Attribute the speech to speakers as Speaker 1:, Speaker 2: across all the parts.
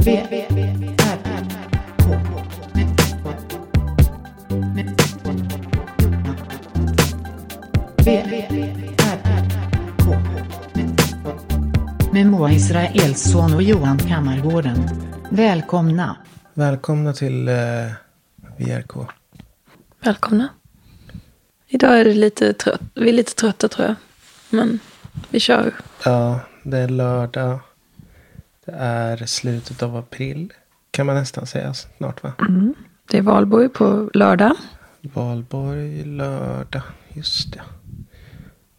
Speaker 1: V, R, K. V, R, K. Med Moa Israelsson och Johan Kammargården. Välkomna.
Speaker 2: Välkomna till eh, VRK.
Speaker 3: Välkomna. Idag är det lite trött. vi är lite trötta tror jag. Men vi kör.
Speaker 2: Ja, det är lördag. Det är slutet av april. Kan man nästan säga snart va?
Speaker 3: Det är valborg på lördag.
Speaker 2: Valborg, lördag. Just det.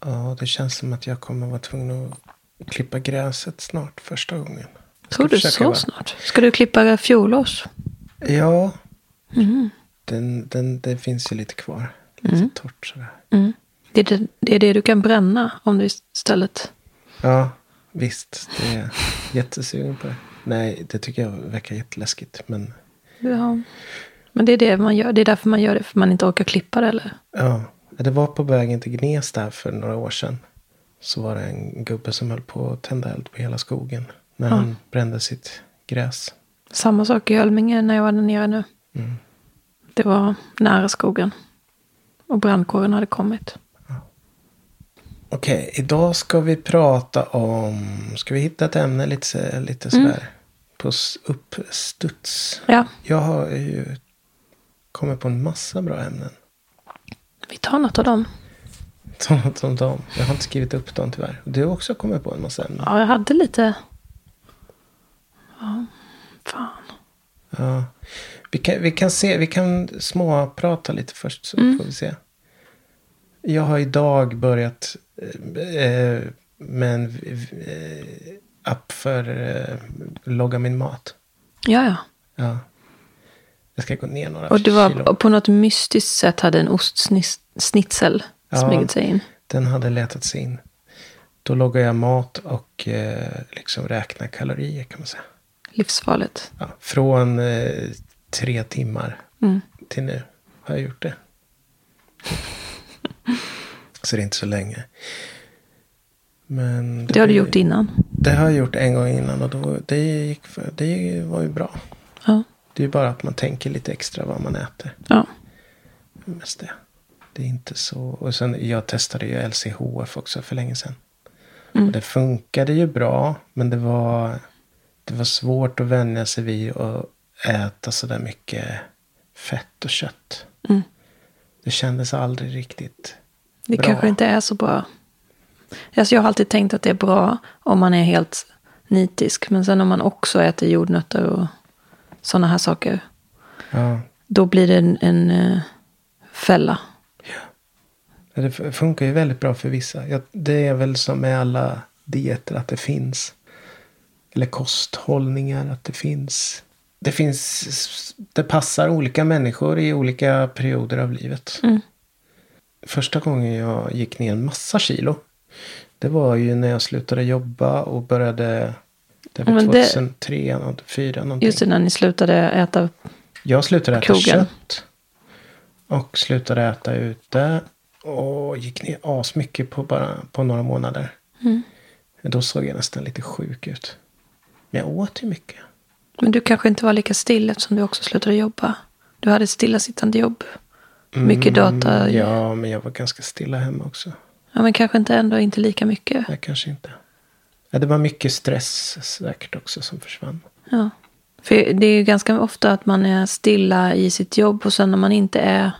Speaker 2: Ja, det känns som att jag kommer vara tvungen att klippa gräset snart första gången. Jag ska
Speaker 3: Tror du
Speaker 2: försöka
Speaker 3: så
Speaker 2: vara-
Speaker 3: snart? Ska du klippa fjolårs?
Speaker 2: Ja.
Speaker 3: Mm.
Speaker 2: Den, den, det finns ju lite kvar. Lite torrt sådär.
Speaker 3: Mm. Det, är det, det är det du kan bränna om du istället...
Speaker 2: Ja, visst. Det är jag jättesugen på det. Nej, det tycker jag verkar jätteläskigt. Men
Speaker 3: Ja. Men det är det man gör. Det är därför man gör det. För man inte orkar klippa det eller?
Speaker 2: Ja, det var på vägen till Gnesta här för några år sedan. Så var det en gubbe som höll på att tända eld på hela skogen. När han brände sitt gräs.
Speaker 3: Samma sak i Ölminge när jag var där nere nu.
Speaker 2: Mm.
Speaker 3: Det var nära skogen. Och brandkåren hade kommit.
Speaker 2: Okej, idag ska vi prata om... Ska vi hitta ett ämne lite, så- lite sådär? På s- uppstuds.
Speaker 3: Ja,
Speaker 2: Jag har ju kommit på en massa bra ämnen.
Speaker 3: vi tar något av dem.
Speaker 2: Som, som dem. Jag har inte skrivit upp dem tyvärr. Du har också kommit på en massa ämnen.
Speaker 3: Ja, jag hade lite... Ja, fan.
Speaker 2: Ja. Vi kan, vi kan se, vi kan småprata lite först så
Speaker 3: Mm.
Speaker 2: får vi se. Jag har idag börjat eh, med en eh, app för eh, logga min mat.
Speaker 3: Ja, ja.
Speaker 2: Ja. Jag ska gå ner några
Speaker 3: Och det var
Speaker 2: kilo.
Speaker 3: och på något mystiskt sätt hade en ostsnitzel
Speaker 2: Ja.
Speaker 3: smugit sig in.
Speaker 2: Den hade letat sig in. Då loggar jag mat och eh, liksom räknar kalorier kan man säga.
Speaker 3: Livsfarligt.
Speaker 2: Ja, från eh, tre timmar
Speaker 3: Mm.
Speaker 2: till nu har jag gjort det. Så det är inte så länge. Men
Speaker 3: Det har du gjort innan.
Speaker 2: Det har jag gjort en gång innan och då, det, gick för, det var ju bra.
Speaker 3: Ja.
Speaker 2: Det är ju bara att man tänker lite extra vad man äter.
Speaker 3: ja.
Speaker 2: Mest det. det är inte så. Och sen jag testade ju LCHF också för länge sedan. Och det funkade ju bra. Men det var, det var svårt att vänja sig vid att äta sådär mycket fett och kött. Det kändes aldrig riktigt
Speaker 3: Det
Speaker 2: bra.
Speaker 3: kanske inte är så bra. Alltså jag har alltid tänkt att det är bra om man är helt nitisk. Men sen om man också äter jordnötter och sådana här saker.
Speaker 2: Ja.
Speaker 3: Då blir det en, en eh, fälla.
Speaker 2: Men Det f- funkar ju väldigt bra för vissa. Jag, det är väl som med alla dieter att det finns. Eller kosthållningar att det finns. Det finns. Det passar olika människor i olika perioder av livet.
Speaker 3: Mm.
Speaker 2: Första gången jag gick ner en massa kilo. Det var ju när jag slutade jobba och började. Det var
Speaker 3: Men det-
Speaker 2: 2003, 2004 någonting.
Speaker 3: Just innan ni slutade äta.
Speaker 2: Jag slutade äta
Speaker 3: krogen.
Speaker 2: kött. Och slutade äta ute. Och gick ner asmycket på bara på några månader.
Speaker 3: Mm.
Speaker 2: Då såg jag nästan lite sjuk ut. Men jag åt ju mycket.
Speaker 3: Men du kanske inte var lika still eftersom du också slutade jobba. Du hade ett stillasittande jobb. Mycket data. Ja.
Speaker 2: Mm, Ja, men jag var ganska stilla hemma också.
Speaker 3: men kanske inte ändå inte lika mycket.
Speaker 2: Jag kanske inte. Ja, det var mycket stress säkert också som försvann.
Speaker 3: Ja. För det är ju ganska ofta att man är stilla i sitt jobb och sen när man inte är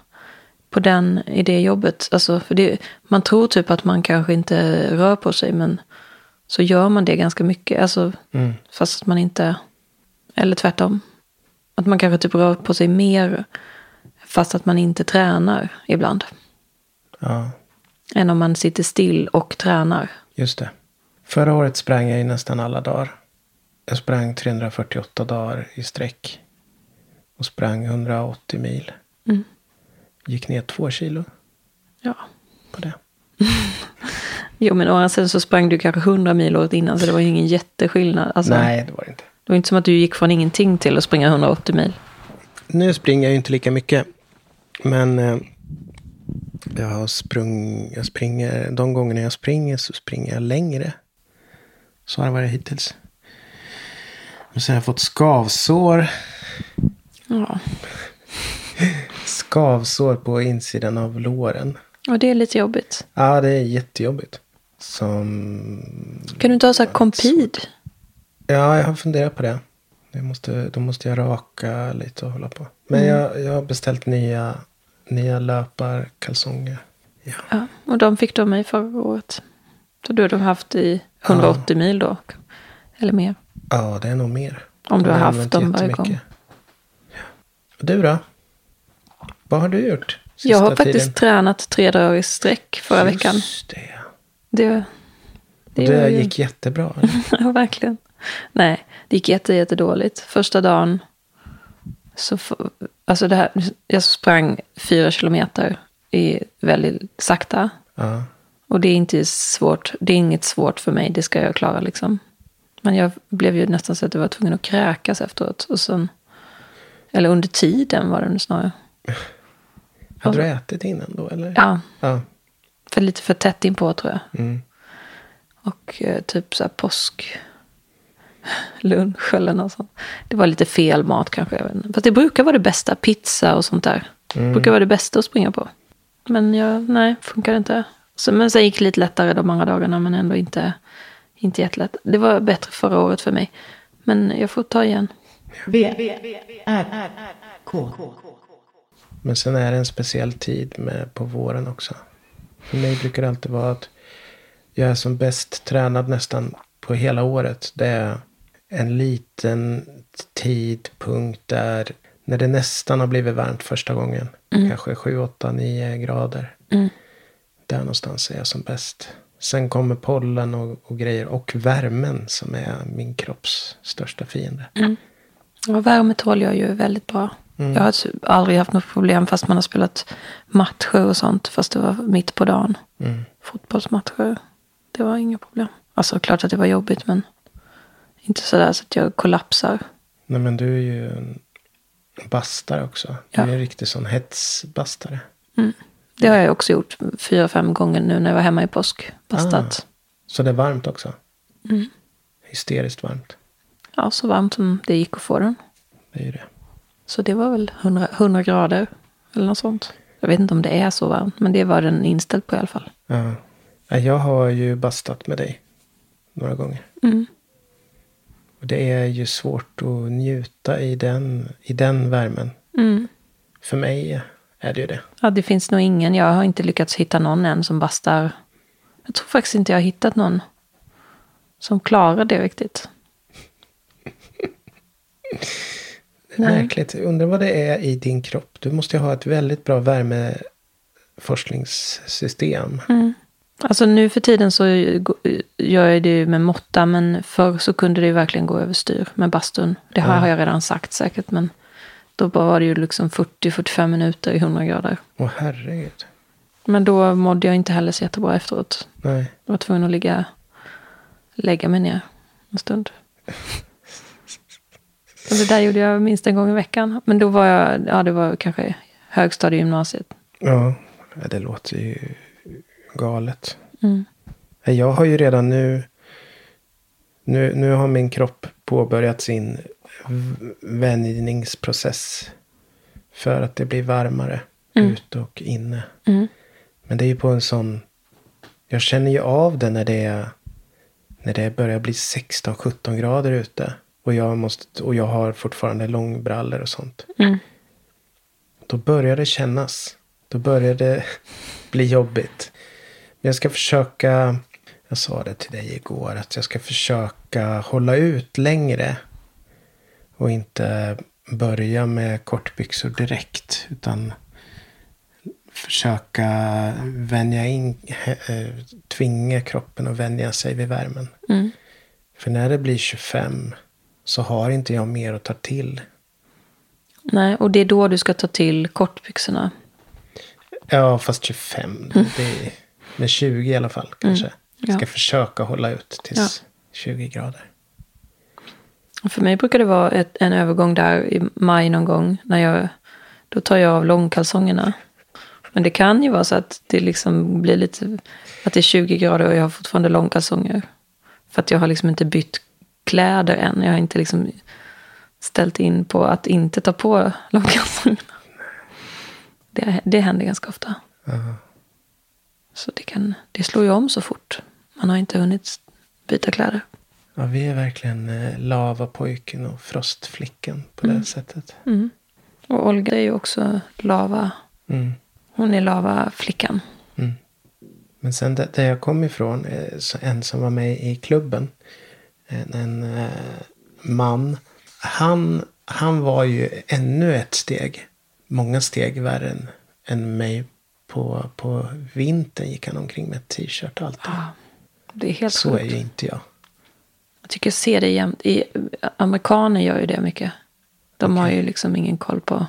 Speaker 3: på den i det jobbet. Alltså, för det, man tror typ att man kanske inte rör på sig men så gör man det ganska mycket. Alltså, Fast att man inte, eller tvärtom. Att man kanske typ rör på sig mer fast att man inte tränar ibland.
Speaker 2: Ja,
Speaker 3: Än om man sitter still och tränar.
Speaker 2: just det. Förra året sprang jag ju nästan alla dagar. Jag sprang 348 dagar i sträck. Och sprang 180 mil. Gick ner två kilo
Speaker 3: Ja.
Speaker 2: på det.
Speaker 3: Jo men å andra sidan så sprang du kanske 100 mil året innan så det var ju ingen jätteskillnad. Alltså,
Speaker 2: Nej, det var det inte.
Speaker 3: Det var inte som att du gick från ingenting till att springa 180 mil.
Speaker 2: Nu springer jag ju inte lika mycket. Men eh, jag, har sprung, jag springer, de gångerna jag springer så springer jag längre. Så har det varit hittills. Och sen har jag fått skavsår.
Speaker 3: Ja.
Speaker 2: Skavsår på insidan av låren.
Speaker 3: Och det är lite jobbigt.
Speaker 2: Ja, det är jättejobbigt. Som...
Speaker 3: Kan du inte ha så här kompid?
Speaker 2: Ja, jag har funderat på det. Jag måste, då måste jag raka lite och hålla på. Men
Speaker 3: Mm.
Speaker 2: jag, jag har beställt nya, nya löparkalsonger. Ja.
Speaker 3: Ja, och de fick de mig förra året. Så du har de haft i 180 mil då. och- Eller mer.
Speaker 2: ja, det är nog mer.
Speaker 3: Om du
Speaker 2: Jag
Speaker 3: har haft
Speaker 2: använt
Speaker 3: dem varje
Speaker 2: jättemycket.
Speaker 3: gång.
Speaker 2: Ja. Och du då? Vad har du gjort? sista
Speaker 3: Jag har faktiskt
Speaker 2: tiden?
Speaker 3: tränat tre dagar i sträck förra veckan.
Speaker 2: Just det.
Speaker 3: Det,
Speaker 2: Det,
Speaker 3: var
Speaker 2: det
Speaker 3: ju-
Speaker 2: gick jättebra. eller?
Speaker 3: ja, verkligen. Nej, det gick jätte, jättedåligt. Första dagen så... f- Alltså det här, jag sprang fyra kilometer i väldigt sakta.
Speaker 2: Ja.
Speaker 3: Och det är inte svårt. Det är inget svårt för mig. Det ska jag klara liksom. Men jag blev ju nästan så att jag var tvungen att kräkas efteråt. Och sen, eller under tiden var det nu snarare.
Speaker 2: Hade du ätit innan då? Eller?
Speaker 3: Ja,
Speaker 2: ja.
Speaker 3: för lite för tätt inpå tror jag.
Speaker 2: Mm.
Speaker 3: Och eh, typ så här påsk. Lunch eller något sånt. Det var lite fel mat kanske. Jag vet inte. Fast det brukar vara det bästa. Pizza och sånt där. Brukar vara det bästa att springa på. Men jag, nej, funkar inte. Så, men sen gick det lite lättare de andra dagarna. Men ändå inte, inte jättelätt. Det var bättre förra året för mig. Men jag får ta igen.
Speaker 1: V, R, R, K.
Speaker 2: Men sen är det en speciell tid med, på våren också. För mig brukar det alltid vara att jag är som bäst tränad nästan på hela året. Det är en liten tidpunkt där när det nästan har blivit varmt första gången. Kanske 7, 8, 9 grader. Där någonstans är jag som bäst. Sen kommer pollen och, och grejer. Och värmen som är min kropps största fiende.
Speaker 3: Ja, värme tål jag ju väldigt bra. Jag har typ aldrig haft något problem fast man har spelat matcher och sånt. Fast det var mitt på dagen. Fotbollsmatcher. Det var inga problem. Alltså klart att det var jobbigt men inte sådär så att jag kollapsar.
Speaker 2: Nej men du är ju en bastare också. Du
Speaker 3: Ja.
Speaker 2: är en riktig sån hetsbastare.
Speaker 3: Det har jag också gjort fyra, fem gånger nu när jag var hemma i påsk. Bastat.
Speaker 2: Så det är varmt också.
Speaker 3: Mm.
Speaker 2: Hysteriskt varmt.
Speaker 3: Ja, så varmt som det gick att få den.
Speaker 2: Det är ju det.
Speaker 3: Så det var väl 100, 100 grader eller något sånt. Jag vet inte om det är så varmt men det var den inställd på i alla fall.
Speaker 2: Ja. Ja, Jag har ju bastat med dig några gånger.
Speaker 3: Mm.
Speaker 2: Och det är ju svårt att njuta i den, i den värmen.
Speaker 3: Mm.
Speaker 2: För mig är det ju det.
Speaker 3: Ja, det finns nog ingen. Jag har inte lyckats hitta någon än som bastar. Jag tror faktiskt inte jag har hittat någon som klarar det riktigt.
Speaker 2: det är märkligt. Jag undrar vad det är i din kropp. Du måste ju ha ett väldigt bra värmeforskningssystem.
Speaker 3: Alltså nu för tiden så gör jag det ju med måtta, men förr så kunde det ju verkligen gå överstyr med bastun. Det här har jag redan sagt säkert, men då bara var det ju liksom 40-45 minuter i 100 grader.
Speaker 2: Åh herregud.
Speaker 3: Men då mådde jag inte heller så jättebra efteråt.
Speaker 2: Nej.
Speaker 3: Jag var tvungen att ligga, lägga mig ner en stund. Och det där gjorde jag minst en gång i veckan. Men då var jag, ja det var kanske högstadiegymnasiet.
Speaker 2: Ja, ja, det låter ju galet. Nej, Jag har ju redan nu, nu... Nu har min kropp påbörjat sin v- vänjningsprocess. För att det blir varmare ute och inne. Men det är ju på en sån... Jag känner ju av det när det är... När det börjar bli 16-17 grader ute. Och jag, måste, och jag har fortfarande långbrallor och sånt. Då börjar det kännas. Då börjar det bli jobbigt. Men jag ska försöka, jag sa det till dig igår, att jag ska försöka hålla ut längre. Och inte börja med kortbyxor direkt. Utan försöka vänja in, eh, tvinga kroppen att vänja sig vid värmen. För när det blir 25 så har inte jag mer att ta till.
Speaker 3: Nej, och det är då du ska ta till kortbyxorna.
Speaker 2: Ja, fast 25. Det är, men 20 i alla fall kanske.
Speaker 3: Mm. ja.
Speaker 2: Ska försöka hålla ut tills 20 grader.
Speaker 3: Och För mig brukar det vara ett, en övergång där i maj någon gång. När jag, då tar jag av långkalsongerna. Men det kan ju vara så att det liksom blir lite, att det är 20 grader och jag har fortfarande långkalsonger. För att jag har liksom inte bytt kläder än. Jag har inte liksom ställt in på att inte ta på långkalsongerna. Det, det händer ganska ofta.
Speaker 2: Ja.
Speaker 3: Så det, kan, det slår ju om så fort. Man har inte hunnit byta kläder.
Speaker 2: Ja, vi är verkligen eh, lavapojken och frostflickan på
Speaker 3: Mm.
Speaker 2: det sättet.
Speaker 3: Och Olga är ju också lava.
Speaker 2: Mm.
Speaker 3: Hon är lavaflickan.
Speaker 2: Men sen där, där jag kom ifrån, eh, så en som var med i klubben, en, en eh, man, han, han var ju ännu ett steg, många steg värre än, än mig. På, på vintern gick han omkring med t-shirt och allt det.
Speaker 3: Det är Ah, helt
Speaker 2: Så är
Speaker 3: sjukt.
Speaker 2: ju inte jag.
Speaker 3: Jag tycker jag ser det jämt. I, amerikaner gör ju det mycket. De har ju liksom ingen koll på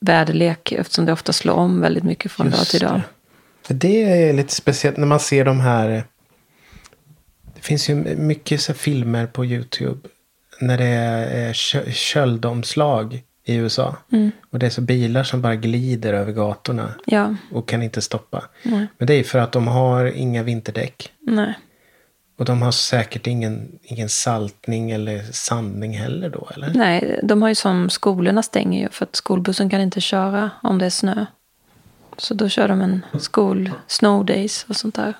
Speaker 3: väderlek eftersom det ofta slår om väldigt mycket från dag
Speaker 2: Just
Speaker 3: till dag.
Speaker 2: det. För det är lite speciellt när man ser de här. eh, Det finns ju mycket så här filmer på YouTube. När det är eh, kö- köldomslag i USA. Och det är så bilar som bara glider över gatorna.
Speaker 3: Ja,
Speaker 2: Och kan inte stoppa. Men det är ju för att de har inga vinterdäck.
Speaker 3: nej.
Speaker 2: Och de har säkert ingen, ingen saltning eller sandning heller då, eller?
Speaker 3: Nej, de har ju som skolorna stänger ju för att skolbussen kan inte köra om det är snö. Så då kör de en skol, snow days och sånt där.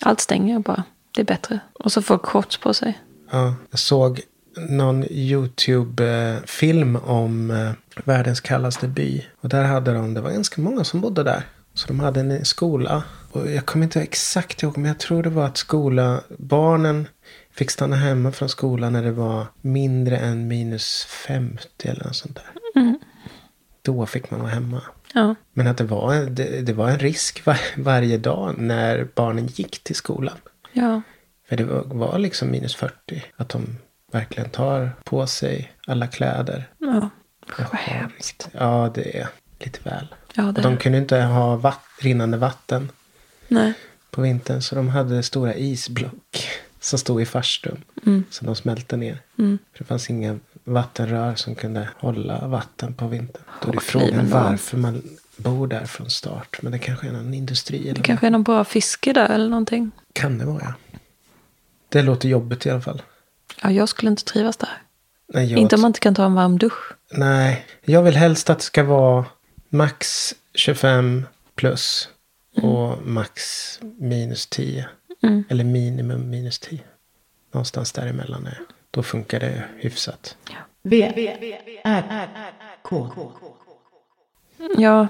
Speaker 3: Allt stänger ju bara. Det är bättre. Och så får shorts på sig.
Speaker 2: Ja, jag såg någon YouTube-film om eh, världens kallaste by. Och där hade de, det var ganska många som bodde där. Så de hade en skola. Och jag kommer inte exakt ihåg, men jag tror det var att skola, barnen fick stanna hemma från skolan när det var mindre än minus 50 eller något sånt där. Då fick man vara hemma.
Speaker 3: Ja,
Speaker 2: Men att det var, en- det, det var en risk var, varje dag när barnen gick till skolan.
Speaker 3: ja.
Speaker 2: För det var, var liksom minus 40. Att de verkligen tar på sig alla kläder.
Speaker 3: ja. Skämt.
Speaker 2: Ja, det är lite väl.
Speaker 3: Ja, det
Speaker 2: Och
Speaker 3: är
Speaker 2: de
Speaker 3: det.
Speaker 2: kunde inte ha vatt, rinnande vatten
Speaker 3: Nej.
Speaker 2: på vintern. Så de hade stora isblock som stod i farstun.
Speaker 3: Mm.
Speaker 2: Som de smälte ner. För det fanns inga vattenrör som kunde hålla vatten på vintern. Då är det
Speaker 3: Okej,
Speaker 2: frågan
Speaker 3: men då-
Speaker 2: varför man bor där från start. Men det kanske är någon industri. Eller
Speaker 3: Det kanske är någon bra fiske där eller någonting.
Speaker 2: vad- Kan det vara, ja. Det låter jobbigt i alla fall.
Speaker 3: Ja, jag skulle inte trivas där.
Speaker 2: Nej, jag
Speaker 3: Inte om man inte kan ta en varm dusch.
Speaker 2: Nej, jag vill helst att det ska vara max 25 plus
Speaker 3: Mm.
Speaker 2: och max minus 10. Eller minimum minus 10. Någonstans däremellan är Då funkar det hyfsat.
Speaker 1: V, R, R, K.
Speaker 3: Ja,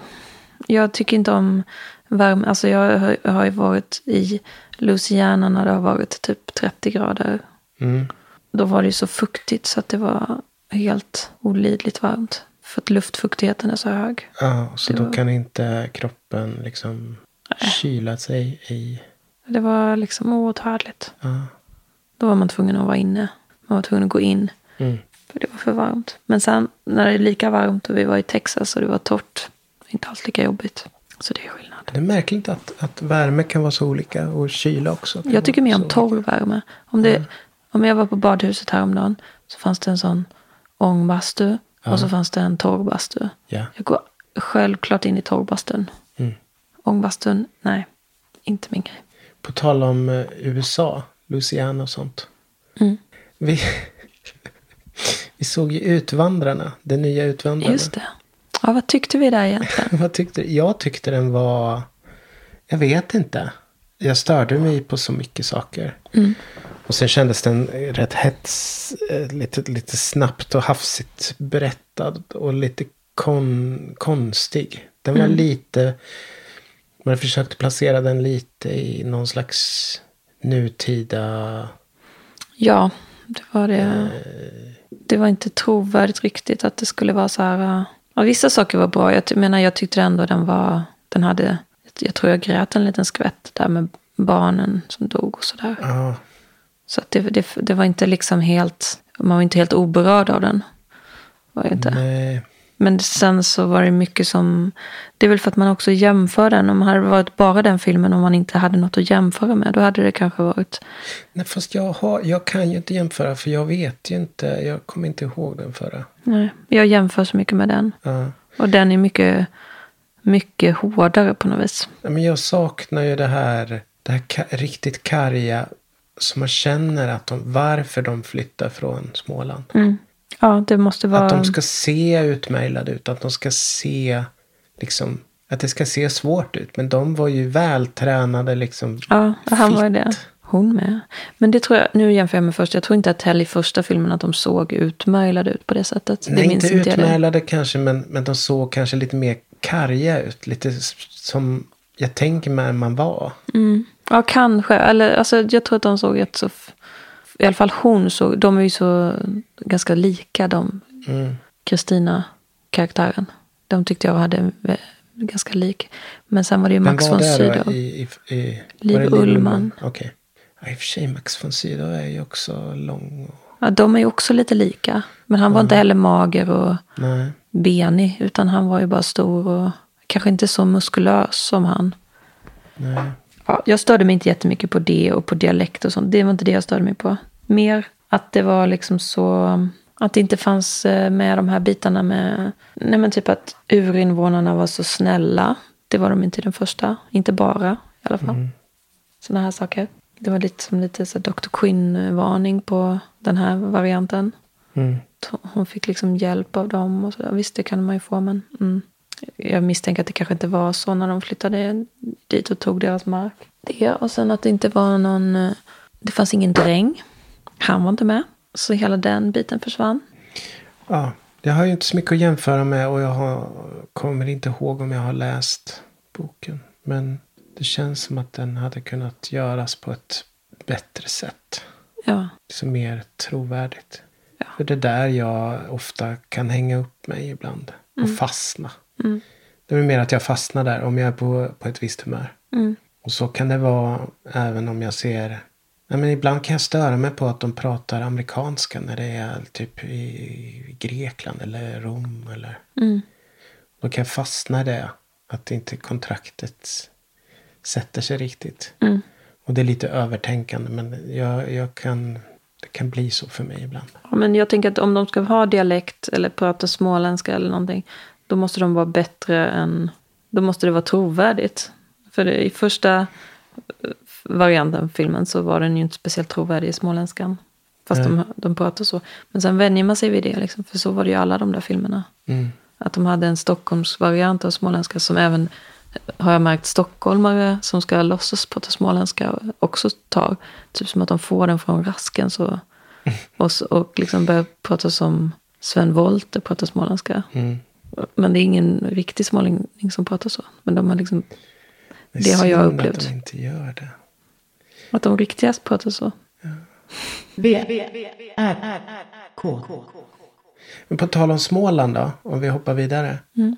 Speaker 3: jag tycker inte om värme. Alltså jag har- har ju varit i Louisiana när det har varit typ 30 grader.
Speaker 2: Mm.
Speaker 3: Då var det ju så fuktigt så att det var helt olidligt varmt. För att luftfuktigheten är så hög.
Speaker 2: Ja, och så
Speaker 3: Det
Speaker 2: då
Speaker 3: var-
Speaker 2: kan inte kroppen liksom kyla sig i...
Speaker 3: Det var liksom outhärdligt.
Speaker 2: Ja.
Speaker 3: Då var man tvungen att vara inne. Man var tvungen att gå in.
Speaker 2: Mm.
Speaker 3: För det var för varmt. Men sen när det är lika varmt och vi var i Texas och det var torrt. Inte alls lika jobbigt. Så det är skillnad.
Speaker 2: Det är märkligt att, att värme kan vara så olika och kyla också. kan
Speaker 3: Jag tycker
Speaker 2: vara
Speaker 3: mer
Speaker 2: så
Speaker 3: om
Speaker 2: olika.
Speaker 3: torr värme. Om, det, om jag var på badhuset häromdagen så fanns det en sån ångbastu och så fanns det en torrbastu.
Speaker 2: Ja.
Speaker 3: Jag går självklart in i torrbastun.
Speaker 2: Mm.
Speaker 3: Ångbastun, nej, inte min grej.
Speaker 2: På tal om eh, USA, Louisiana och sånt.
Speaker 3: Mm.
Speaker 2: Vi, vi såg ju Utvandrarna, den nya Utvandrarna.
Speaker 3: Just det. Ja, vad tyckte vi där egentligen?
Speaker 2: Vad tyckte, jag tyckte den var... Jag vet inte. Jag störde mig på så mycket saker. Och sen kändes den eh, rätt hets, eh, lite, lite snabbt och hafsigt berättad. Och lite kon, konstig. Den var lite... Man försökte placera den lite i någon slags nutida...
Speaker 3: Ja, det var det. Det var inte trovärdigt riktigt att det skulle vara så här. äh, Ja, vissa saker var bra. Jag ty- menar, jag tyckte ändå den var, den hade, jag tror jag grät en liten skvätt där med barnen som dog och sådär.
Speaker 2: Ja,
Speaker 3: Så att det, det, det var inte liksom helt, man var inte helt oberörd av den. Var jag inte.
Speaker 2: nej.
Speaker 3: Men sen så var det mycket som, det är väl för att man också jämför den. Om det hade varit bara den filmen och man inte hade något att jämföra med, då hade det kanske varit,
Speaker 2: nej, fast jag, har, jag kan ju inte jämföra för jag vet ju inte. Jag kommer inte ihåg den förra.
Speaker 3: nej, jag jämför så mycket med den.
Speaker 2: Ja.
Speaker 3: Och den är mycket, mycket hårdare på något vis.
Speaker 2: Ja, men jag saknar ju det här, det här ka- riktigt karga Så man känner att de, varför de flyttar från Småland.
Speaker 3: Mm. Ja, det måste vara...
Speaker 2: Att de ska se utmejlade ut. Att de ska se liksom att det ska se svårt ut. Men de var ju vältränade liksom.
Speaker 3: Ja, och han var ju
Speaker 2: fit.
Speaker 3: det. Hon med. Men det tror jag, nu jämför jag med första, jag tror inte att heller i första filmen att de såg utmärglade ut på det sättet. Det
Speaker 2: Nej, inte
Speaker 3: jag det.
Speaker 2: utmärglade kanske, men, men de såg kanske lite mer karga ut. Lite s- som jag tänker mig man var.
Speaker 3: Mm. Ja, kanske. Eller, alltså, jag tror att de såg rätt så... f- I alla fall hon såg... De är ju så ganska lika, de
Speaker 2: Mm.
Speaker 3: Kristina-karaktären. De tyckte jag hade en vä- ganska lik. Men sen var det ju
Speaker 2: Vem
Speaker 3: Max
Speaker 2: var
Speaker 3: von
Speaker 2: det
Speaker 3: Sydow.
Speaker 2: då? I, i, i, var
Speaker 3: Liv
Speaker 2: det
Speaker 3: Ullman.
Speaker 2: Okej. Ja, I och för sig, Max von Sydow är ju också lång. Och...
Speaker 3: Ja, de är ju också lite lika. Men han var inte heller mager och
Speaker 2: Nej.
Speaker 3: benig. Utan han var ju bara stor och kanske inte så muskulös som han.
Speaker 2: Nej.
Speaker 3: Ja, jag störde mig inte jättemycket på det och på dialekt och sånt. Det var inte det jag störde mig på. Mer att det var liksom så... Att det inte fanns eh, med de här bitarna med... Nej men typ att urinvånarna var så snälla. Det var de inte i den första. Inte bara i alla fall. Såna Sådana här saker. Det var lite som lite så här Dr. Quinn-varning på den här varianten.
Speaker 2: Mm.
Speaker 3: Hon fick liksom hjälp av dem. Och så. där. Visst, det kan man ju få, men... Mm. Jag misstänker att det kanske inte var så när de flyttade dit och tog deras mark. Det, och sen att det inte var någon... eh, Det fanns ingen dräng. Han var inte med. Så hela den biten försvann.
Speaker 2: Ja, jag har ju inte så mycket att jämföra med och jag har, kommer inte ihåg om jag har läst boken. Men det känns som att den hade kunnat göras på ett bättre sätt.
Speaker 3: Ja,
Speaker 2: Liksom mer trovärdigt.
Speaker 3: Ja.
Speaker 2: För det är där jag ofta kan hänga upp mig ibland. Och fastna.
Speaker 3: Mm.
Speaker 2: Det är mer att jag fastnar där om jag är på, på ett visst humör.
Speaker 3: mm.
Speaker 2: Och så kan det vara även om jag ser... Nej, men ibland kan jag störa mig på att de pratar amerikanska när det är typ i Grekland eller Rom. Eller...
Speaker 3: Mm.
Speaker 2: Då kan jag fastna i det. Att inte kontraktet sätter sig riktigt.
Speaker 3: Mm.
Speaker 2: Och det är lite övertänkande men jag, jag kan... Det kan bli så för mig ibland.
Speaker 3: Ja, Men jag tänker att om de ska ha dialekt eller prata småländska eller någonting. Då måste de vara bättre än... Då måste det vara trovärdigt. För det, i första eh, varianten av filmen så var den ju inte speciellt trovärdig i småländskan. Fast de, de pratar så. Men sen vänjer man sig vid det liksom. För så var det ju i alla de där filmerna.
Speaker 2: Mm.
Speaker 3: Att de hade en Stockholmsvariant av småländska som även, eh, har jag märkt, stockholmare som ska låtsas prata småländska också tar. Typ som att de får den från rasken så, och, så- och liksom börjar prata som Sven Wollter pratar småländska.
Speaker 2: Mm.
Speaker 3: Men det är ingen riktig smålänning som pratar så. Men de har liksom,
Speaker 2: är
Speaker 3: Det har jag
Speaker 2: synd
Speaker 3: upplevt.
Speaker 2: att de inte gör det.
Speaker 3: att de riktigast pratar så.
Speaker 1: V, R, K.
Speaker 2: Men på tal om Småland då, om vi hoppar vidare.
Speaker 3: Mm.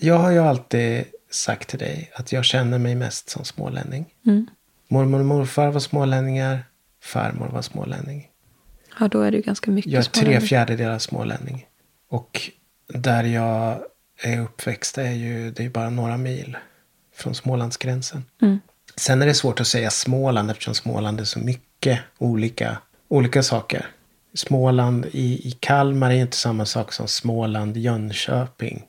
Speaker 2: Jag har ju alltid sagt till dig att jag känner mig mest som smålänning.
Speaker 3: Mm.
Speaker 2: Mormor och morfar var smålänningar. Farmor var smålänning.
Speaker 3: Ja, då är det ju ganska mycket
Speaker 2: Jag är tre
Speaker 3: smålänning.
Speaker 2: fjärdedelar smålänning. Och där jag är uppväxt är ju, det är ju bara några mil från Smålandsgränsen.
Speaker 3: Mm.
Speaker 2: Sen är det svårt att säga Småland eftersom Småland är så mycket olika, olika saker. Småland i, i Kalmar är ju inte samma sak som Småland i Jönköping.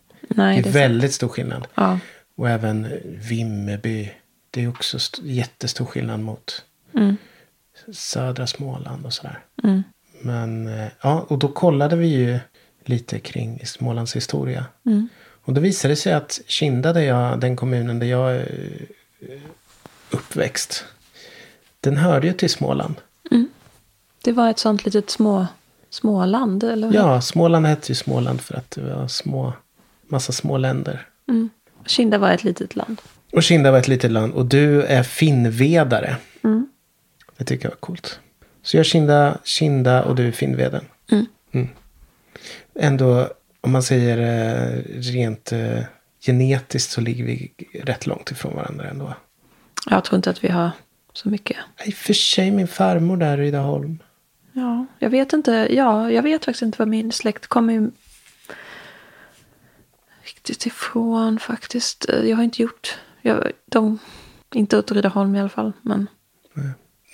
Speaker 2: det
Speaker 3: Nej, det
Speaker 2: är
Speaker 3: är sant.
Speaker 2: väldigt stor skillnad.
Speaker 3: Ja.
Speaker 2: Och även Vimmerby. Det är också st- jättestor skillnad mot
Speaker 3: Mm.
Speaker 2: södra Småland och sådär.
Speaker 3: Mm.
Speaker 2: Men eh, ja, och då kollade vi ju lite kring Smålands historia.
Speaker 3: Mm.
Speaker 2: Och då visade det sig att Kinda, där jag, den kommunen där jag är eh, uppväxt, den hörde ju till Småland.
Speaker 3: Det var ett sånt litet små, småland, eller hur?
Speaker 2: Ja, Småland hette ju Småland för att det var små, massa små länder.
Speaker 3: Mm. Kinda var ett litet land.
Speaker 2: Och Kinda var ett litet land och du är finnvedare.
Speaker 3: Mm.
Speaker 2: Det tycker jag var coolt. Så jag Kinda, Kinda och du är Finnveden.
Speaker 3: Mm.
Speaker 2: Ändå, om man säger eh, rent eh, genetiskt så ligger vi rätt långt ifrån varandra ändå.
Speaker 3: Jag tror inte att vi har så mycket.
Speaker 2: I och för sig min farmor där i Rydaholm.
Speaker 3: Ja, jag vet inte. Ja, jag vet faktiskt inte vad min släkt kommer ju riktigt ifrån faktiskt. Eh, Jag har inte gjort. Jag, de, inte åt Rydaholm i alla fall, men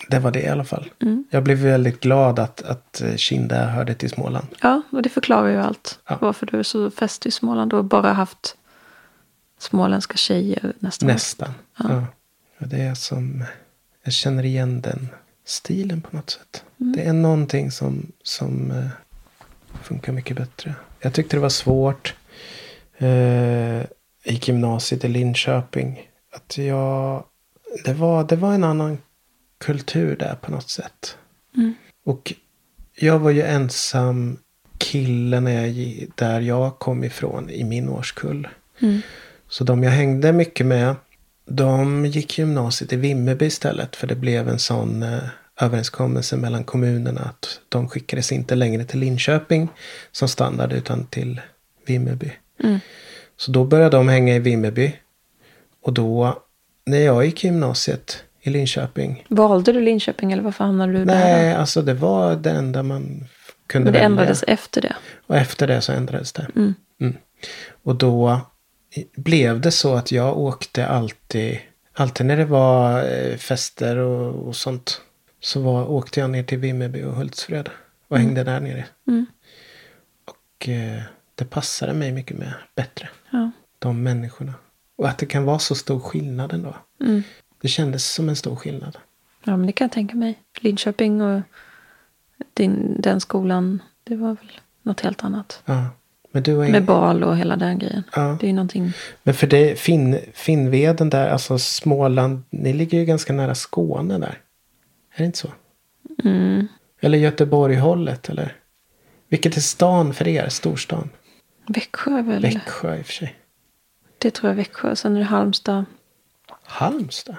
Speaker 2: Det var det i alla fall.
Speaker 3: Mm.
Speaker 2: Jag blev väldigt glad att, att eh, Kinda hörde till Småland.
Speaker 3: ja, och det förklarar ju allt.
Speaker 2: Ja.
Speaker 3: Varför du är så fäst i Småland och bara haft småländska tjejer nästan.
Speaker 2: Nästan. Ja. Ja, det är som, jag känner igen den stilen på något sätt. Det är någonting som, som eh, funkar mycket bättre. Jag tyckte det var svårt eh, i gymnasiet i Linköping. Att jag, det, var, det var en annan kultur där på något sätt. Och jag var ju ensam kille när jag, gi- där jag kom ifrån i min årskull. Så de jag hängde mycket med, de gick gymnasiet i Vimmerby istället. För det blev en sån eh, överenskommelse mellan kommunerna att de skickades inte längre till Linköping som standard utan till Vimmerby.
Speaker 3: Mm.
Speaker 2: Så då började de hänga i Vimmerby. Och då, när jag gick gymnasiet i Linköping,
Speaker 3: Valde du Linköping eller varför hamnade du där?
Speaker 2: Nej, alltså det var det enda man f- kunde
Speaker 3: Men det
Speaker 2: välja.
Speaker 3: ändrades efter det.
Speaker 2: Och efter det så ändrades det. Mm. Och då i- blev det så att jag åkte alltid, alltid när det var eh, fester och, och sånt. Så var, åkte jag ner till Vimmerby och Hultsfred och hängde där nere. Och eh, det passade mig mycket mer, bättre.
Speaker 3: Ja.
Speaker 2: De människorna. Och att det kan vara så stor skillnad ändå.
Speaker 3: Mm.
Speaker 2: Det kändes som en stor skillnad.
Speaker 3: ja, men det kan jag tänka mig. Linköping och din, den skolan, det var väl något helt annat.
Speaker 2: Ja. Men du har ingen-
Speaker 3: Med bal och hela den grejen.
Speaker 2: Mm. Ja.
Speaker 3: Det är ju någonting.
Speaker 2: Men för det, Finn, Finnveden där, alltså Småland, ni ligger ju ganska nära Skåne där. Är det inte så?
Speaker 3: Mm.
Speaker 2: Eller Göteborg-hållet, eller? Vilket är stan för er, storstan?
Speaker 3: Växjö är väl...
Speaker 2: Växjö i och för sig.
Speaker 3: Det tror jag är Växjö. Sen är det Halmstad.
Speaker 2: Halmstad?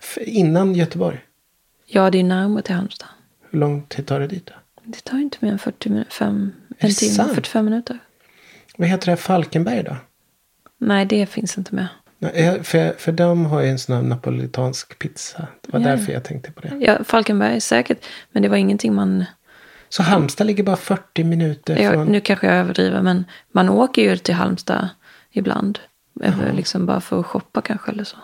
Speaker 2: För innan Göteborg?
Speaker 3: Ja, det är närmare till Halmstad.
Speaker 2: Hur lång tid tar det dit då?
Speaker 3: Det tar ju inte mer än 45,
Speaker 2: Är
Speaker 3: en
Speaker 2: det
Speaker 3: timme,
Speaker 2: sant?
Speaker 3: 45 minuter.
Speaker 2: Vad heter det här Falkenberg då?
Speaker 3: Nej, det finns inte med.
Speaker 2: Nej, jag- För, för de har ju en sån här napolitansk pizza. Det var
Speaker 3: Ja.
Speaker 2: därför jag tänkte på det.
Speaker 3: Ja, Falkenberg är säkert, men det var ingenting man...
Speaker 2: Så Halmstad ligger bara 40 minuter
Speaker 3: Jag,
Speaker 2: från...
Speaker 3: nu kanske jag överdriver, men man åker ju till Halmstad ibland. Eller liksom bara för att shoppa kanske eller så.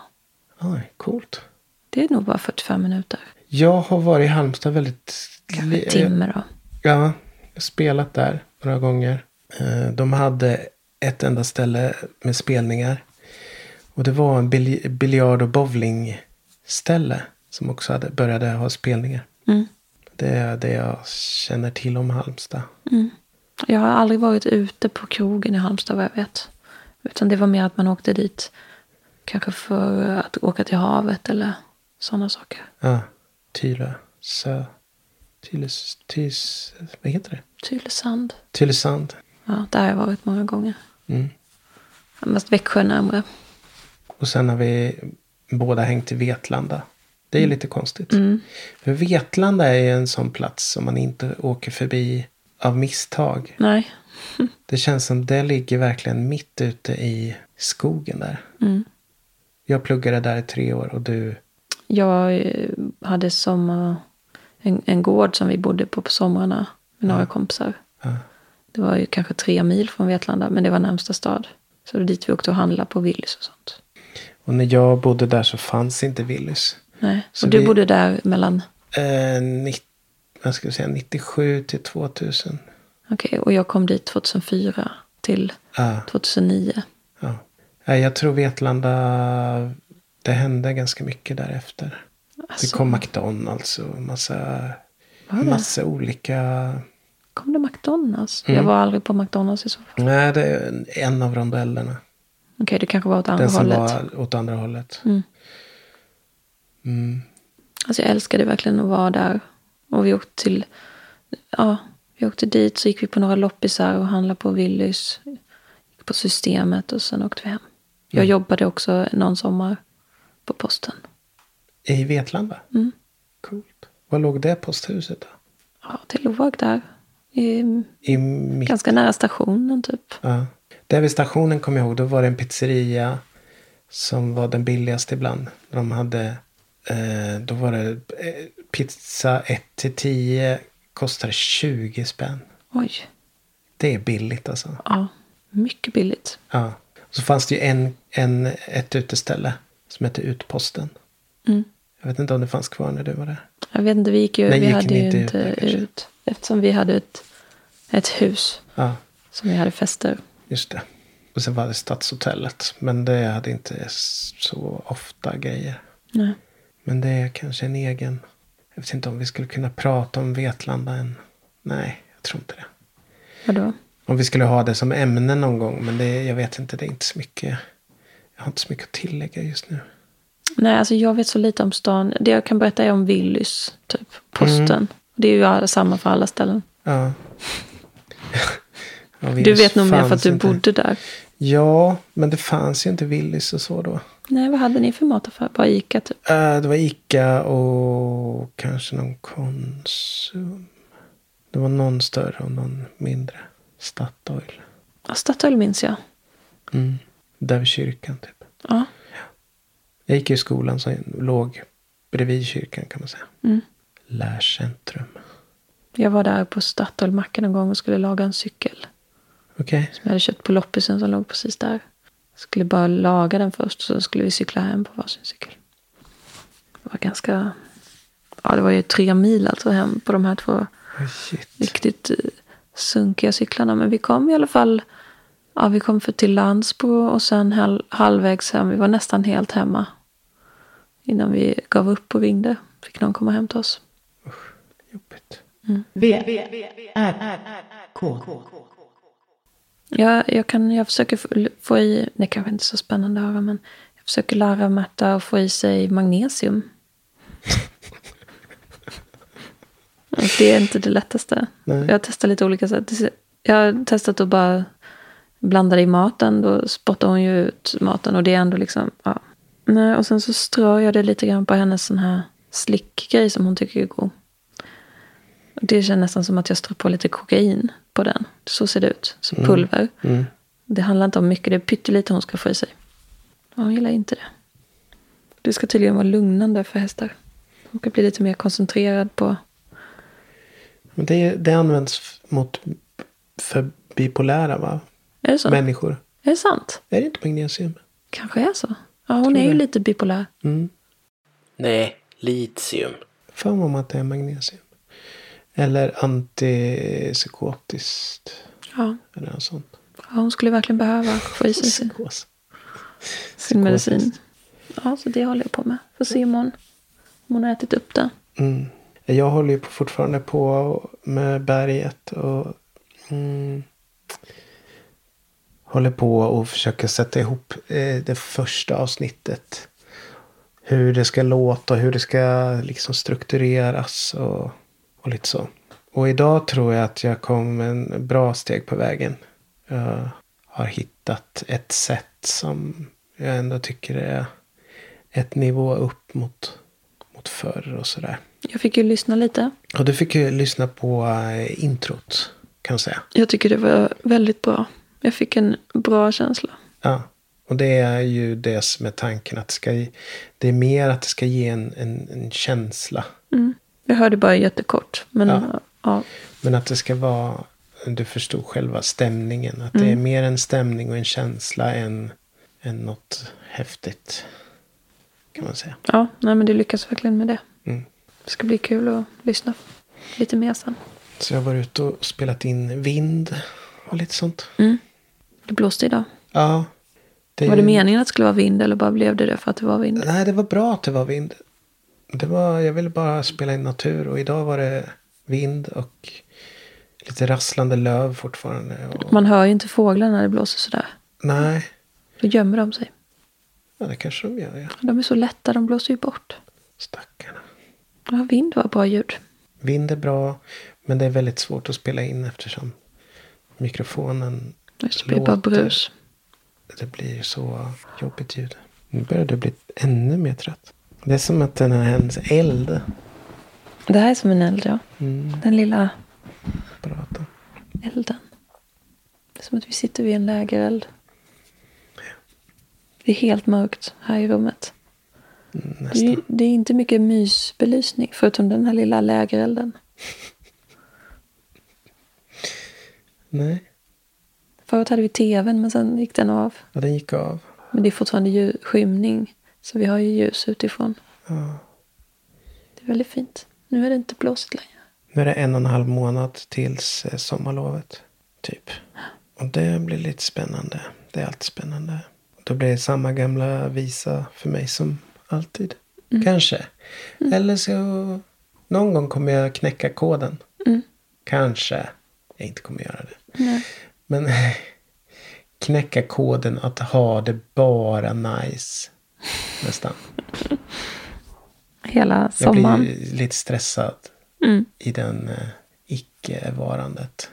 Speaker 2: Oj, coolt.
Speaker 3: Det är nog bara 45 minuter.
Speaker 2: Jag har varit i Halmstad väldigt...
Speaker 3: Kanske en
Speaker 2: li-
Speaker 3: timme då.
Speaker 2: Ja, jag har spelat där några gånger. Eh, De hade ett enda ställe med spelningar. Och det var en bilj- biljard och bowlingställe som också hade, började ha spelningar.
Speaker 3: Mm.
Speaker 2: Det är det jag känner till om Halmstad.
Speaker 3: Jag har aldrig varit ute på krogen i Halmstad vad jag vet. Utan det var mer att man åkte dit kanske för att åka till havet eller sådana saker.
Speaker 2: Ja, Tyra, Sö, Tyles, Tys, vad heter det?
Speaker 3: Tylösand.
Speaker 2: Tylösand.
Speaker 3: Ja, där har jag varit många gånger.
Speaker 2: Mm.
Speaker 3: Mest Växjö närmare.
Speaker 2: Och sen har vi båda hängt i Vetlanda. Det är lite konstigt. För Vetlanda är ju en sån plats som man inte åker förbi av misstag.
Speaker 3: Nej.
Speaker 2: Det känns som det ligger verkligen mitt ute i skogen där.
Speaker 3: Mm.
Speaker 2: Jag pluggade där i tre år och du...
Speaker 3: Jag eh, hade sommar, en, en gård som vi bodde på på somrarna med några kompisar.
Speaker 2: Ja.
Speaker 3: Det var ju kanske tre mil från Vetlanda, men det var närmsta stad. Så det var dit vi åkte och handlade på Willys och sånt.
Speaker 2: Och när jag bodde där så fanns inte Willys.
Speaker 3: Nej.
Speaker 2: Så
Speaker 3: och du
Speaker 2: vi-
Speaker 3: bodde där mellan,
Speaker 2: Eh, nitt- vad ska jag säga, 97 till 2000.
Speaker 3: okej, och jag kom dit 2004 till
Speaker 2: Ja,
Speaker 3: 2009.
Speaker 2: ja. Nej, jag tror Vetlanda... Det hände ganska mycket därefter. Det
Speaker 3: Alltså,
Speaker 2: kom McDonalds och massa,
Speaker 3: Var det?
Speaker 2: massa olika...
Speaker 3: kom det McDonalds? Jag
Speaker 2: Mm.
Speaker 3: var aldrig på McDonalds i så fall.
Speaker 2: Nej, det är en av rondellerna.
Speaker 3: Okej, det kanske var åt andra
Speaker 2: Den som
Speaker 3: hållet.
Speaker 2: var åt andra hållet.
Speaker 3: Mm.
Speaker 2: Mm.
Speaker 3: Alltså jag älskade verkligen att vara där. Och vi åkte till, ja, vi åkte dit, så gick vi på några loppisar och handlade på Willys. Gick på Systemet och sen åkte vi hem. Jag
Speaker 2: Mm.
Speaker 3: jobbade också någon sommar på posten. Mm.
Speaker 2: I Vetlanda? Coolt. Var låg det posthuset då?
Speaker 3: Ja, det låg där. I,
Speaker 2: I mitt...
Speaker 3: ganska nära stationen typ.
Speaker 2: Ja. Där vid stationen kommer jag ihåg, då var det en pizzeria som var den billigaste ibland. De hade, eh, då var det eh, pizza 1-10 kostade 20 spänn.
Speaker 3: Oj,
Speaker 2: Det är billigt alltså.
Speaker 3: ja, mycket billigt.
Speaker 2: Ja. Så fanns det ju en, en, ett uteställe som hette Utposten.
Speaker 3: Mm.
Speaker 2: Jag vet inte om det fanns kvar när du var där.
Speaker 3: Jag vet inte, vi gick ju,
Speaker 2: Nej,
Speaker 3: vi
Speaker 2: gick
Speaker 3: hade
Speaker 2: ni
Speaker 3: ju
Speaker 2: inte
Speaker 3: inte,
Speaker 2: ut där,
Speaker 3: ut,
Speaker 2: kanske?
Speaker 3: Eftersom vi hade ett, ett hus
Speaker 2: Ja,
Speaker 3: som vi hade fester.
Speaker 2: just det. Och sen var det Stadshotellet. Men det hade inte s- så ofta grejer.
Speaker 3: Nej.
Speaker 2: Men det är kanske en egen, Jag vet inte om vi skulle kunna prata om Vetlanda än. Nej, jag tror inte det.
Speaker 3: Vadå?
Speaker 2: Om vi skulle ha det som ämne någon gång. Men det, jag vet inte, det är inte så mycket. Jag har inte så mycket att tillägga just nu.
Speaker 3: Nej, alltså jag vet så lite om stan. Det jag kan berätta är om Willys, typ. Posten.
Speaker 2: Mm.
Speaker 3: Det är ju alla- samma för alla ställen.
Speaker 2: Ja. Ja,
Speaker 3: du
Speaker 2: Willys
Speaker 3: vet nog mer för att
Speaker 2: fanns
Speaker 3: du
Speaker 2: inte.
Speaker 3: bodde där.
Speaker 2: Ja, men det fanns ju inte Willys och så då.
Speaker 3: Nej, vad hade ni för mataffär? Bara Ica, typ.
Speaker 2: Eh, Det var Ica och kanske någon Konsum. Det var någon större och någon mindre. Statoil.
Speaker 3: Ja, Statoil minns jag.
Speaker 2: Mm. Där vid kyrkan typ.
Speaker 3: Ja.
Speaker 2: Jag gick ju i skolan som låg bredvid kyrkan kan man säga.
Speaker 3: Mm.
Speaker 2: Lärcentrum.
Speaker 3: Jag var där på Statoil-macken en gång och skulle laga en cykel.
Speaker 2: Okej.
Speaker 3: Jag hade köpt på loppisen som låg precis där. Skulle bara laga den först, så skulle vi cykla hem på varsin cykel. Det var ganska... Ja, det var ju tre mil alltså hem på de här två
Speaker 2: Oj, shit.
Speaker 3: riktigt eh, sunkiga cyklarna. Men vi kom i alla fall ja, vi kom för till Landsbro och sen hal- halvvägs hem. Vi var nästan helt hemma. Innan vi gav upp och ringde fick någon komma och hämta oss.
Speaker 2: Jobbigt.
Speaker 1: V, V, V, R, R, R, K.
Speaker 3: Jag, jag, kan, jag försöker få, få i, det kanske inte är så spännande att höra, men jag försöker lära Märta att få i sig magnesium. Och det är inte det lättaste.
Speaker 2: Nej.
Speaker 3: Jag har testat lite olika sätt. Jag har testat att bara blanda det i maten. Då spottar hon ju ut maten och det är ändå liksom, ja. Nej, och sen så strör jag det lite grann på hennes sån här slickgrej som hon tycker är god. Och Det känns nästan som att jag strör på lite kokain på den. Så ser det ut. Så pulver.
Speaker 2: Mm.
Speaker 3: Det handlar inte om mycket, det är pyttelite hon ska få i sig. Och hon gillar inte det. Det ska tydligen vara lugnande för hästar. Hon kan bli lite mer koncentrerad på...
Speaker 2: Men det, det används f- mot för bipolära va?
Speaker 3: Är det så?
Speaker 2: människor.
Speaker 3: Är det sant?
Speaker 2: Är det inte magnesium?
Speaker 3: Kanske är så. Ja, hon är ju lite bipolär.
Speaker 2: Mm.
Speaker 4: Nej, litium.
Speaker 2: För mig om att det är magnesium. Eller antipsykotiskt.
Speaker 3: Ja.
Speaker 2: Eller något sånt.
Speaker 3: ja, hon skulle verkligen behöva få i sig sin,
Speaker 2: Psykos.
Speaker 3: sin medicin. Ja, så det håller jag på med. Får se imorgon om hon har ätit upp det.
Speaker 2: Mm. Jag håller ju på- fortfarande på med berget. Och mm, håller på och försöker sätta ihop eh, det första avsnittet. Hur det ska låta och hur det ska liksom struktureras och, och lite så. Och idag tror jag att jag kom en bra steg på vägen. Jag har hittat ett sätt som jag ändå tycker är ett nivå upp mot, mot förr och sådär.
Speaker 3: Jag fick ju lyssna lite.
Speaker 2: Och du fick ju lyssna på eh, introt kan jag säga.
Speaker 3: Jag tycker det var väldigt bra. Jag fick en bra känsla.
Speaker 2: Ja. Och det är ju det som är tanken. Att det, ska, det är mer att det ska ge en, en, en känsla.
Speaker 3: Mm. Jag hörde bara jättekort. Men
Speaker 2: Ja.
Speaker 3: ja,
Speaker 2: Men att det ska vara, du förstod själva stämningen. Att det är mer en stämning och en känsla än, än något häftigt. Kan man säga.
Speaker 3: Ja, nej men du lyckas verkligen med det.
Speaker 2: Mm.
Speaker 3: Det ska bli kul att lyssna lite mer sen.
Speaker 2: Så jag var ute och spelat in vind och lite sånt.
Speaker 3: Det blåste idag.
Speaker 2: Ja.
Speaker 3: Var det meningen att det skulle vara vind eller bara blev det det för att det var vind?
Speaker 2: Nej, det var bra att det var vind. Det var, jag ville bara spela in natur och idag var det vind och lite rasslande löv fortfarande. Och,
Speaker 3: Man hör ju inte fåglar när det blåser sådär.
Speaker 2: nej,
Speaker 3: Då gömmer de sig.
Speaker 2: ja, det kanske de gör ja.
Speaker 3: De är så lätta, de blåser ju bort.
Speaker 2: Stackarna.
Speaker 3: Ja, vind var bra ljud.
Speaker 2: Vind är bra, men det är väldigt svårt att spela in eftersom mikrofonen
Speaker 3: Just det, det blir bara
Speaker 2: låter.
Speaker 3: brus.
Speaker 2: Det blir så jobbigt ljud. Nu börjar du bli ännu mer trött. Det är som att den här hennes eld
Speaker 3: Det här är som en eld, ja.
Speaker 2: mm,
Speaker 3: Den lilla
Speaker 2: pratar.
Speaker 3: elden. Det är som att vi sitter vid en lägereld. Det är helt mörkt här i rummet. Det är, ju-
Speaker 2: Nästan.
Speaker 3: det är inte mycket mysbelysning förutom den här lilla lägerelden.
Speaker 2: Nej,
Speaker 3: Förut hade vi tvn men sen gick den av.
Speaker 2: ja, den gick av.
Speaker 3: Men det är fortfarande ljus, skymning. Så vi har ju ljus utifrån.
Speaker 2: Ja.
Speaker 3: Det är väldigt fint. Nu är det inte blåsigt längre.
Speaker 2: Nu är det en och en halv månad tills eh, sommarlovet. Typ. Och det blir lite spännande. Det är alltid spännande. Då blir det samma gamla visa för mig som alltid. Kanske. Eller så Någon gång kommer jag knäcka koden.
Speaker 3: Mm.
Speaker 2: Kanske jag inte kommer göra det. Men knäcka koden att ha det bara nice. Nästan.
Speaker 3: Hela
Speaker 2: Jag
Speaker 3: sommaren.
Speaker 2: blir lite stressad
Speaker 3: Mm.
Speaker 2: i den eh, icke-varandet.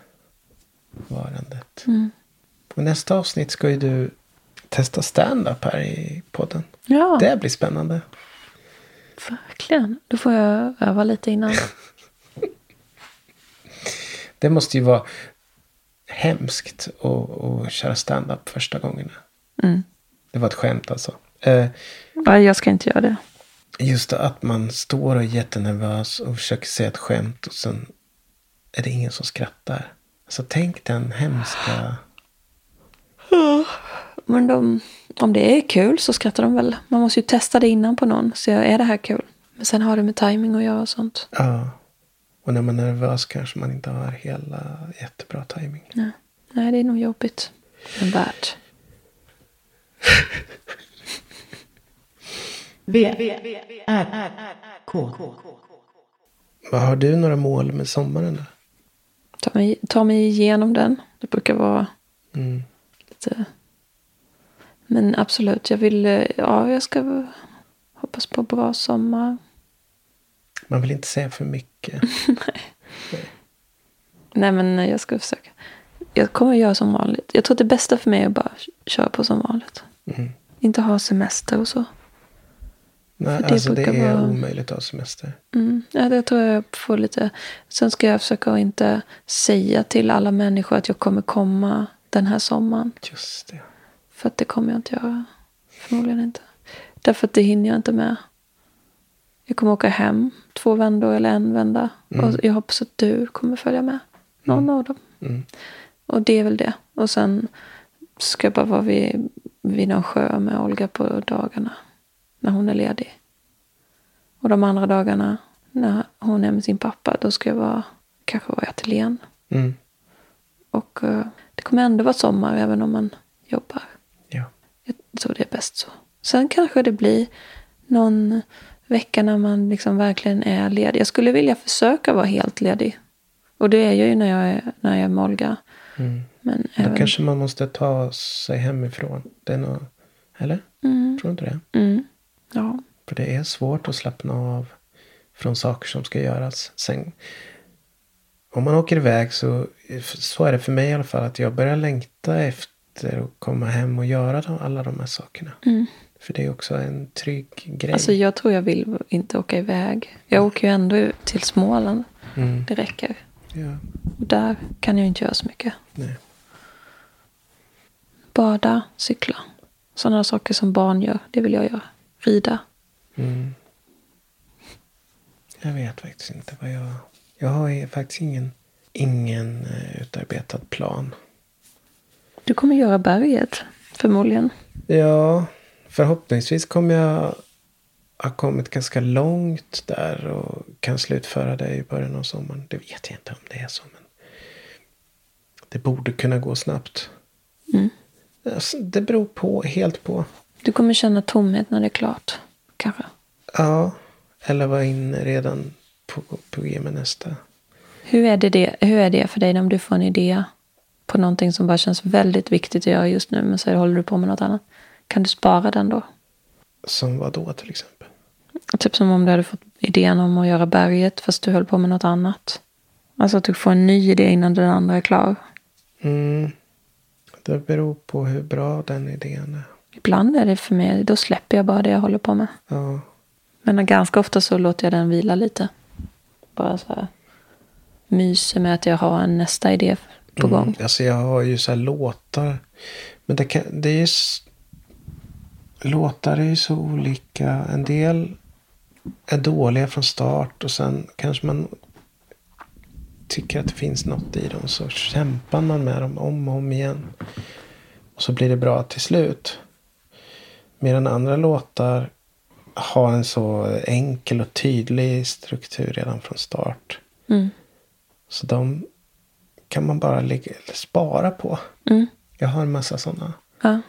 Speaker 2: Varandet.
Speaker 3: Mm.
Speaker 2: Och nästa avsnitt ska ju du testa stand-up här i podden.
Speaker 3: Ja,
Speaker 2: Det blir spännande.
Speaker 3: verkligen. Då får jag öva lite innan.
Speaker 2: Det måste ju vara hemskt att, att köra stand-up första gångerna.
Speaker 3: Mm.
Speaker 2: Det var ett skämt alltså. Eh,
Speaker 3: Nej, jag ska inte göra det.
Speaker 2: Just det, att man står och är jättenervös och försöker säga ett skämt och sen är det ingen som skrattar. Alltså tänk den hemska...
Speaker 3: Men de, om det är kul så skrattar de väl. Man måste ju testa det innan på någon. Så är det här kul? Men sen har det med timing att göra och sånt.
Speaker 2: Ja. Och när man är nervös kanske man inte har hela jättebra timing.
Speaker 3: Nej, Nej det är nog jobbigt. Men värt.
Speaker 1: V, V, R, R, K.
Speaker 2: Vad Har du några mål med sommaren då?
Speaker 3: Ta mig, ta mig igenom den. Det brukar vara
Speaker 2: Mm.
Speaker 3: lite... eh, Men absolut, jag vill... eh, Ja, jag ska hoppas på bra sommar.
Speaker 2: Man vill inte säga för mycket.
Speaker 3: Nej, men jag ska försöka. Jag kommer göra som vanligt. Jag tror att det bästa för mig är att bara köra på som vanligt.
Speaker 2: Mm.
Speaker 3: Inte ha semester och så.
Speaker 2: Nej,
Speaker 3: För det
Speaker 2: alltså det
Speaker 3: brukar
Speaker 2: är
Speaker 3: vara-
Speaker 2: omöjligt att ha semester.
Speaker 3: Mm. Ja, det tror jag får lite. Sen ska jag försöka att inte säga till alla människor att jag kommer komma den här sommaren.
Speaker 2: Just det.
Speaker 3: För att det kommer jag inte göra. Förmodligen inte. Därför att det hinner jag inte med. Jag kommer åka hem två vändor eller en vända. Och jag hoppas att du kommer följa med. Någon av dem.
Speaker 2: Mm.
Speaker 3: Och det är väl det. Och sen ska jag bara vara vid, vid någon sjö med Olga på dagarna. När hon är ledig. Och de andra dagarna när hon är med sin pappa. Då ska jag vara, kanske vara i ateljén.
Speaker 2: Mm.
Speaker 3: Och eh, det kommer ändå vara sommar även om man jobbar.
Speaker 2: Ja.
Speaker 3: Jag tror det är bäst så. Sen kanske det blir någon vecka när man liksom verkligen är ledig. Jag skulle vilja försöka vara helt ledig. Och det är jag ju när jag är, när jag är med Olga.
Speaker 2: Mm.
Speaker 3: Men
Speaker 2: Då
Speaker 3: även...
Speaker 2: kanske man måste ta sig hemifrån. Det är nå... Eller?
Speaker 3: Mm,
Speaker 2: Tror du inte det?
Speaker 3: mm, ja.
Speaker 2: För det är svårt att slappna av från saker som ska göras. Sen, om man åker iväg så, så är det för mig i alla fall att jag börjar längta efter att komma hem och göra de, alla de här sakerna.
Speaker 3: Mm.
Speaker 2: För det är också en trygg grej.
Speaker 3: Alltså jag tror jag vill inte åka iväg. Jag åker ju ändå till Småland.
Speaker 2: mm,
Speaker 3: Det räcker.
Speaker 2: ja,
Speaker 3: Och där kan jag inte göra så mycket.
Speaker 2: nej.
Speaker 3: Bada, cykla. Sådana saker som barn gör. Det vill jag göra. Rida.
Speaker 2: Mm. Jag vet faktiskt inte vad jag... Jag har ju faktiskt ingen, ingen eh, utarbetad plan.
Speaker 3: Du kommer göra berget. Förmodligen.
Speaker 2: Ja, förhoppningsvis kommer jag ha kommit ganska långt där och kan slutföra det i början av sommaren. Det vet jag inte om det är så, men det borde kunna gå snabbt.
Speaker 3: Mm.
Speaker 2: Alltså, det beror på, helt på.
Speaker 3: Du kommer känna tomhet när det är klart. Kanske.
Speaker 2: Ja, eller vara inne redan på, på G med nästa.
Speaker 3: Hur är, det det, hur är det för dig om du får en idé på någonting som bara känns väldigt viktigt att göra just nu men så håller du på med något annat? Kan du spara den då?
Speaker 2: Som vad då till exempel?
Speaker 3: Typ som om du hade fått idén om att göra berget fast du höll på med något annat. Alltså att du får en ny idé innan den andra är klar.
Speaker 2: Mm, det beror på hur bra den idén är.
Speaker 3: Ibland är det för mig, då släpper jag bara det jag håller på med.
Speaker 2: Ja,
Speaker 3: Men ganska ofta så låter jag den vila lite. Bara så här myser med att jag har en nästa idé på gång.
Speaker 2: Mm, alltså jag har ju så här låtar. Men det, kan, det är ju... s- Låtar är ju så olika. En del är dåliga från start och sen kanske man tycker att det finns något i dem. Så kämpar man med dem om och om igen. Och så blir det bra till slut. Medan andra låtar har en så enkel och tydlig struktur redan från start.
Speaker 3: Mm.
Speaker 2: Så de kan man bara ligga, spara på.
Speaker 3: Mm.
Speaker 2: Jag har en massa sådana
Speaker 3: Ja.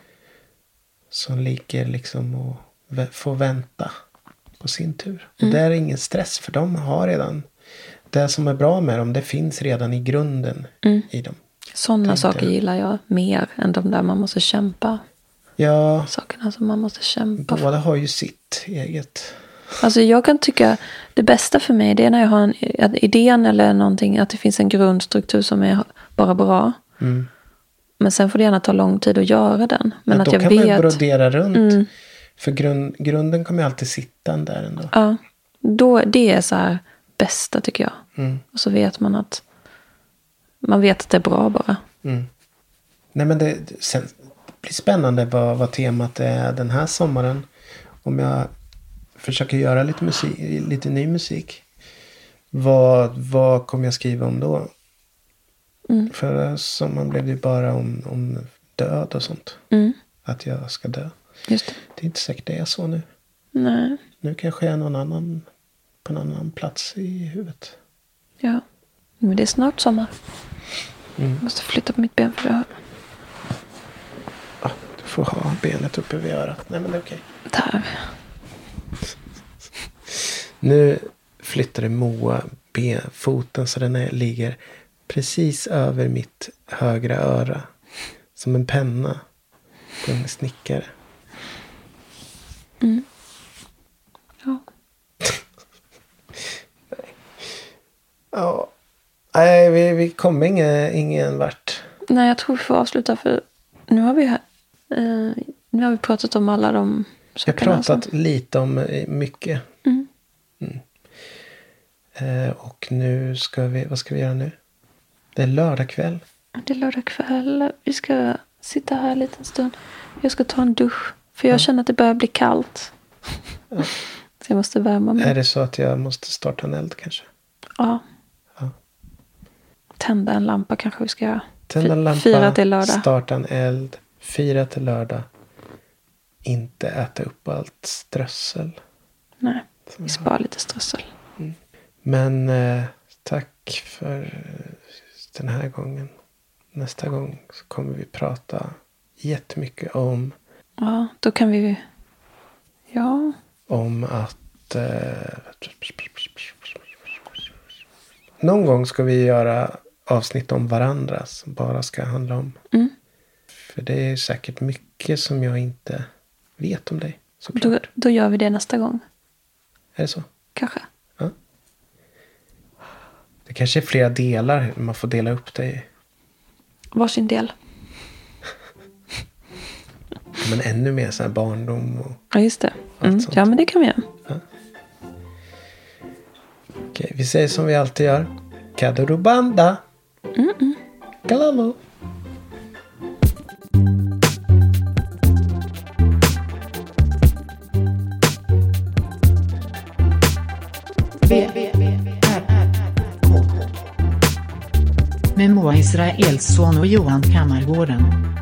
Speaker 2: som ligger liksom och vä- får vänta på på sin tur.
Speaker 3: Mm.
Speaker 2: Och det är ingen stress för de har redan. Det som är bra med dem det finns redan i grunden
Speaker 3: Mm.
Speaker 2: i dem.
Speaker 3: Sådana saker gillar jag mer än de där man måste kämpa.
Speaker 2: Ja,
Speaker 3: Sakerna som man måste kämpa för.
Speaker 2: båda har ju sitt eget.
Speaker 3: Alltså jag kan tycka det bästa för mig det är när jag har en att idén eller någonting. Att det finns en grundstruktur som är bara bra.
Speaker 2: Mm.
Speaker 3: Men sen får det gärna ta lång tid att göra den. Men
Speaker 2: Ja,
Speaker 3: att
Speaker 2: då
Speaker 3: jag
Speaker 2: kan man ju
Speaker 3: vet. Mm.
Speaker 2: brodera runt. För grund, grunden kommer ju alltid sitta där ändå.
Speaker 3: Ja, då, det är så här bästa tycker jag.
Speaker 2: Mm.
Speaker 3: Och så vet man att man vet att det är bra bara.
Speaker 2: Mm. Nej, men det, sen, det blir spännande vad, vad temat är den här sommaren. Om jag försöker göra lite, musik, lite ny musik. Vad, vad kommer jag skriva om då? Förra sommaren blev det ju bara om, om död och sånt. Att jag ska dö.
Speaker 3: Just det.
Speaker 2: Det är inte säkert det är så nu.
Speaker 3: Nej,
Speaker 2: Nu kanske jag är någon annan, på en annan plats i huvudet.
Speaker 3: ja. Men det är snart sommar.
Speaker 2: Mm.
Speaker 3: Jag måste flytta på mitt ben för det här.
Speaker 2: Ah, du får ha benet uppe vid örat. Nej men det är okej.
Speaker 3: Där.
Speaker 2: Nu flyttade Moa benfoten så den är, ligger precis över mitt högra öra. Som en penna på en snickare.
Speaker 3: Ja.
Speaker 2: Ja. Nej, vi, vi kom ingen, ingen vart.
Speaker 3: Nej, jag tror vi får avsluta för nu har vi, eh, nu har vi pratat om alla de
Speaker 2: Jag har
Speaker 3: sakerna.
Speaker 2: pratat
Speaker 3: som-
Speaker 2: lite om eh, mycket. Mm. Eh, och nu ska vi, vad ska vi göra nu? Det är lördag kväll.
Speaker 3: Det är lördag kväll. Vi ska sitta här en liten stund. Jag ska ta en dusch. För jag känner att det börjar bli kallt. Så jag måste värma mig.
Speaker 2: Är det så att jag måste starta en eld kanske?
Speaker 3: Ja.
Speaker 2: Ja.
Speaker 3: Tända en lampa kanske vi ska göra.
Speaker 2: Tända en
Speaker 3: Fi-
Speaker 2: lampa,
Speaker 3: Fira till lördag.
Speaker 2: starta en eld, fira till lördag. Inte äta upp allt strössel.
Speaker 3: Nej, vi sparar lite strössel.
Speaker 2: Men eh, tack för eh, den här gången. Nästa gång så kommer vi prata jättemycket om,
Speaker 3: Ja, då kan vi ju... Ja,
Speaker 2: om att... Eh, någon gång ska vi göra avsnitt om varandra som bara ska handla om.
Speaker 3: Mm.
Speaker 2: För det är säkert mycket som jag inte vet om dig. Såklart.
Speaker 3: då, då gör vi det nästa gång.
Speaker 2: Är det så?
Speaker 3: Kanske.
Speaker 2: Ja. Det kanske är flera delar man får dela upp det i.
Speaker 3: Varsin del.
Speaker 2: Men ännu mer så här barndom och...
Speaker 3: Ja, just det. Mm.
Speaker 2: Allt sånt.
Speaker 3: Ja, men det kan vi göra.
Speaker 2: Okej, vi säger som vi alltid gör. Kadurubanda!
Speaker 3: Mm,
Speaker 2: Kalalo!
Speaker 1: V, V, V, R, R, K, K. Med Moa Israelsson och Johan Kammargården.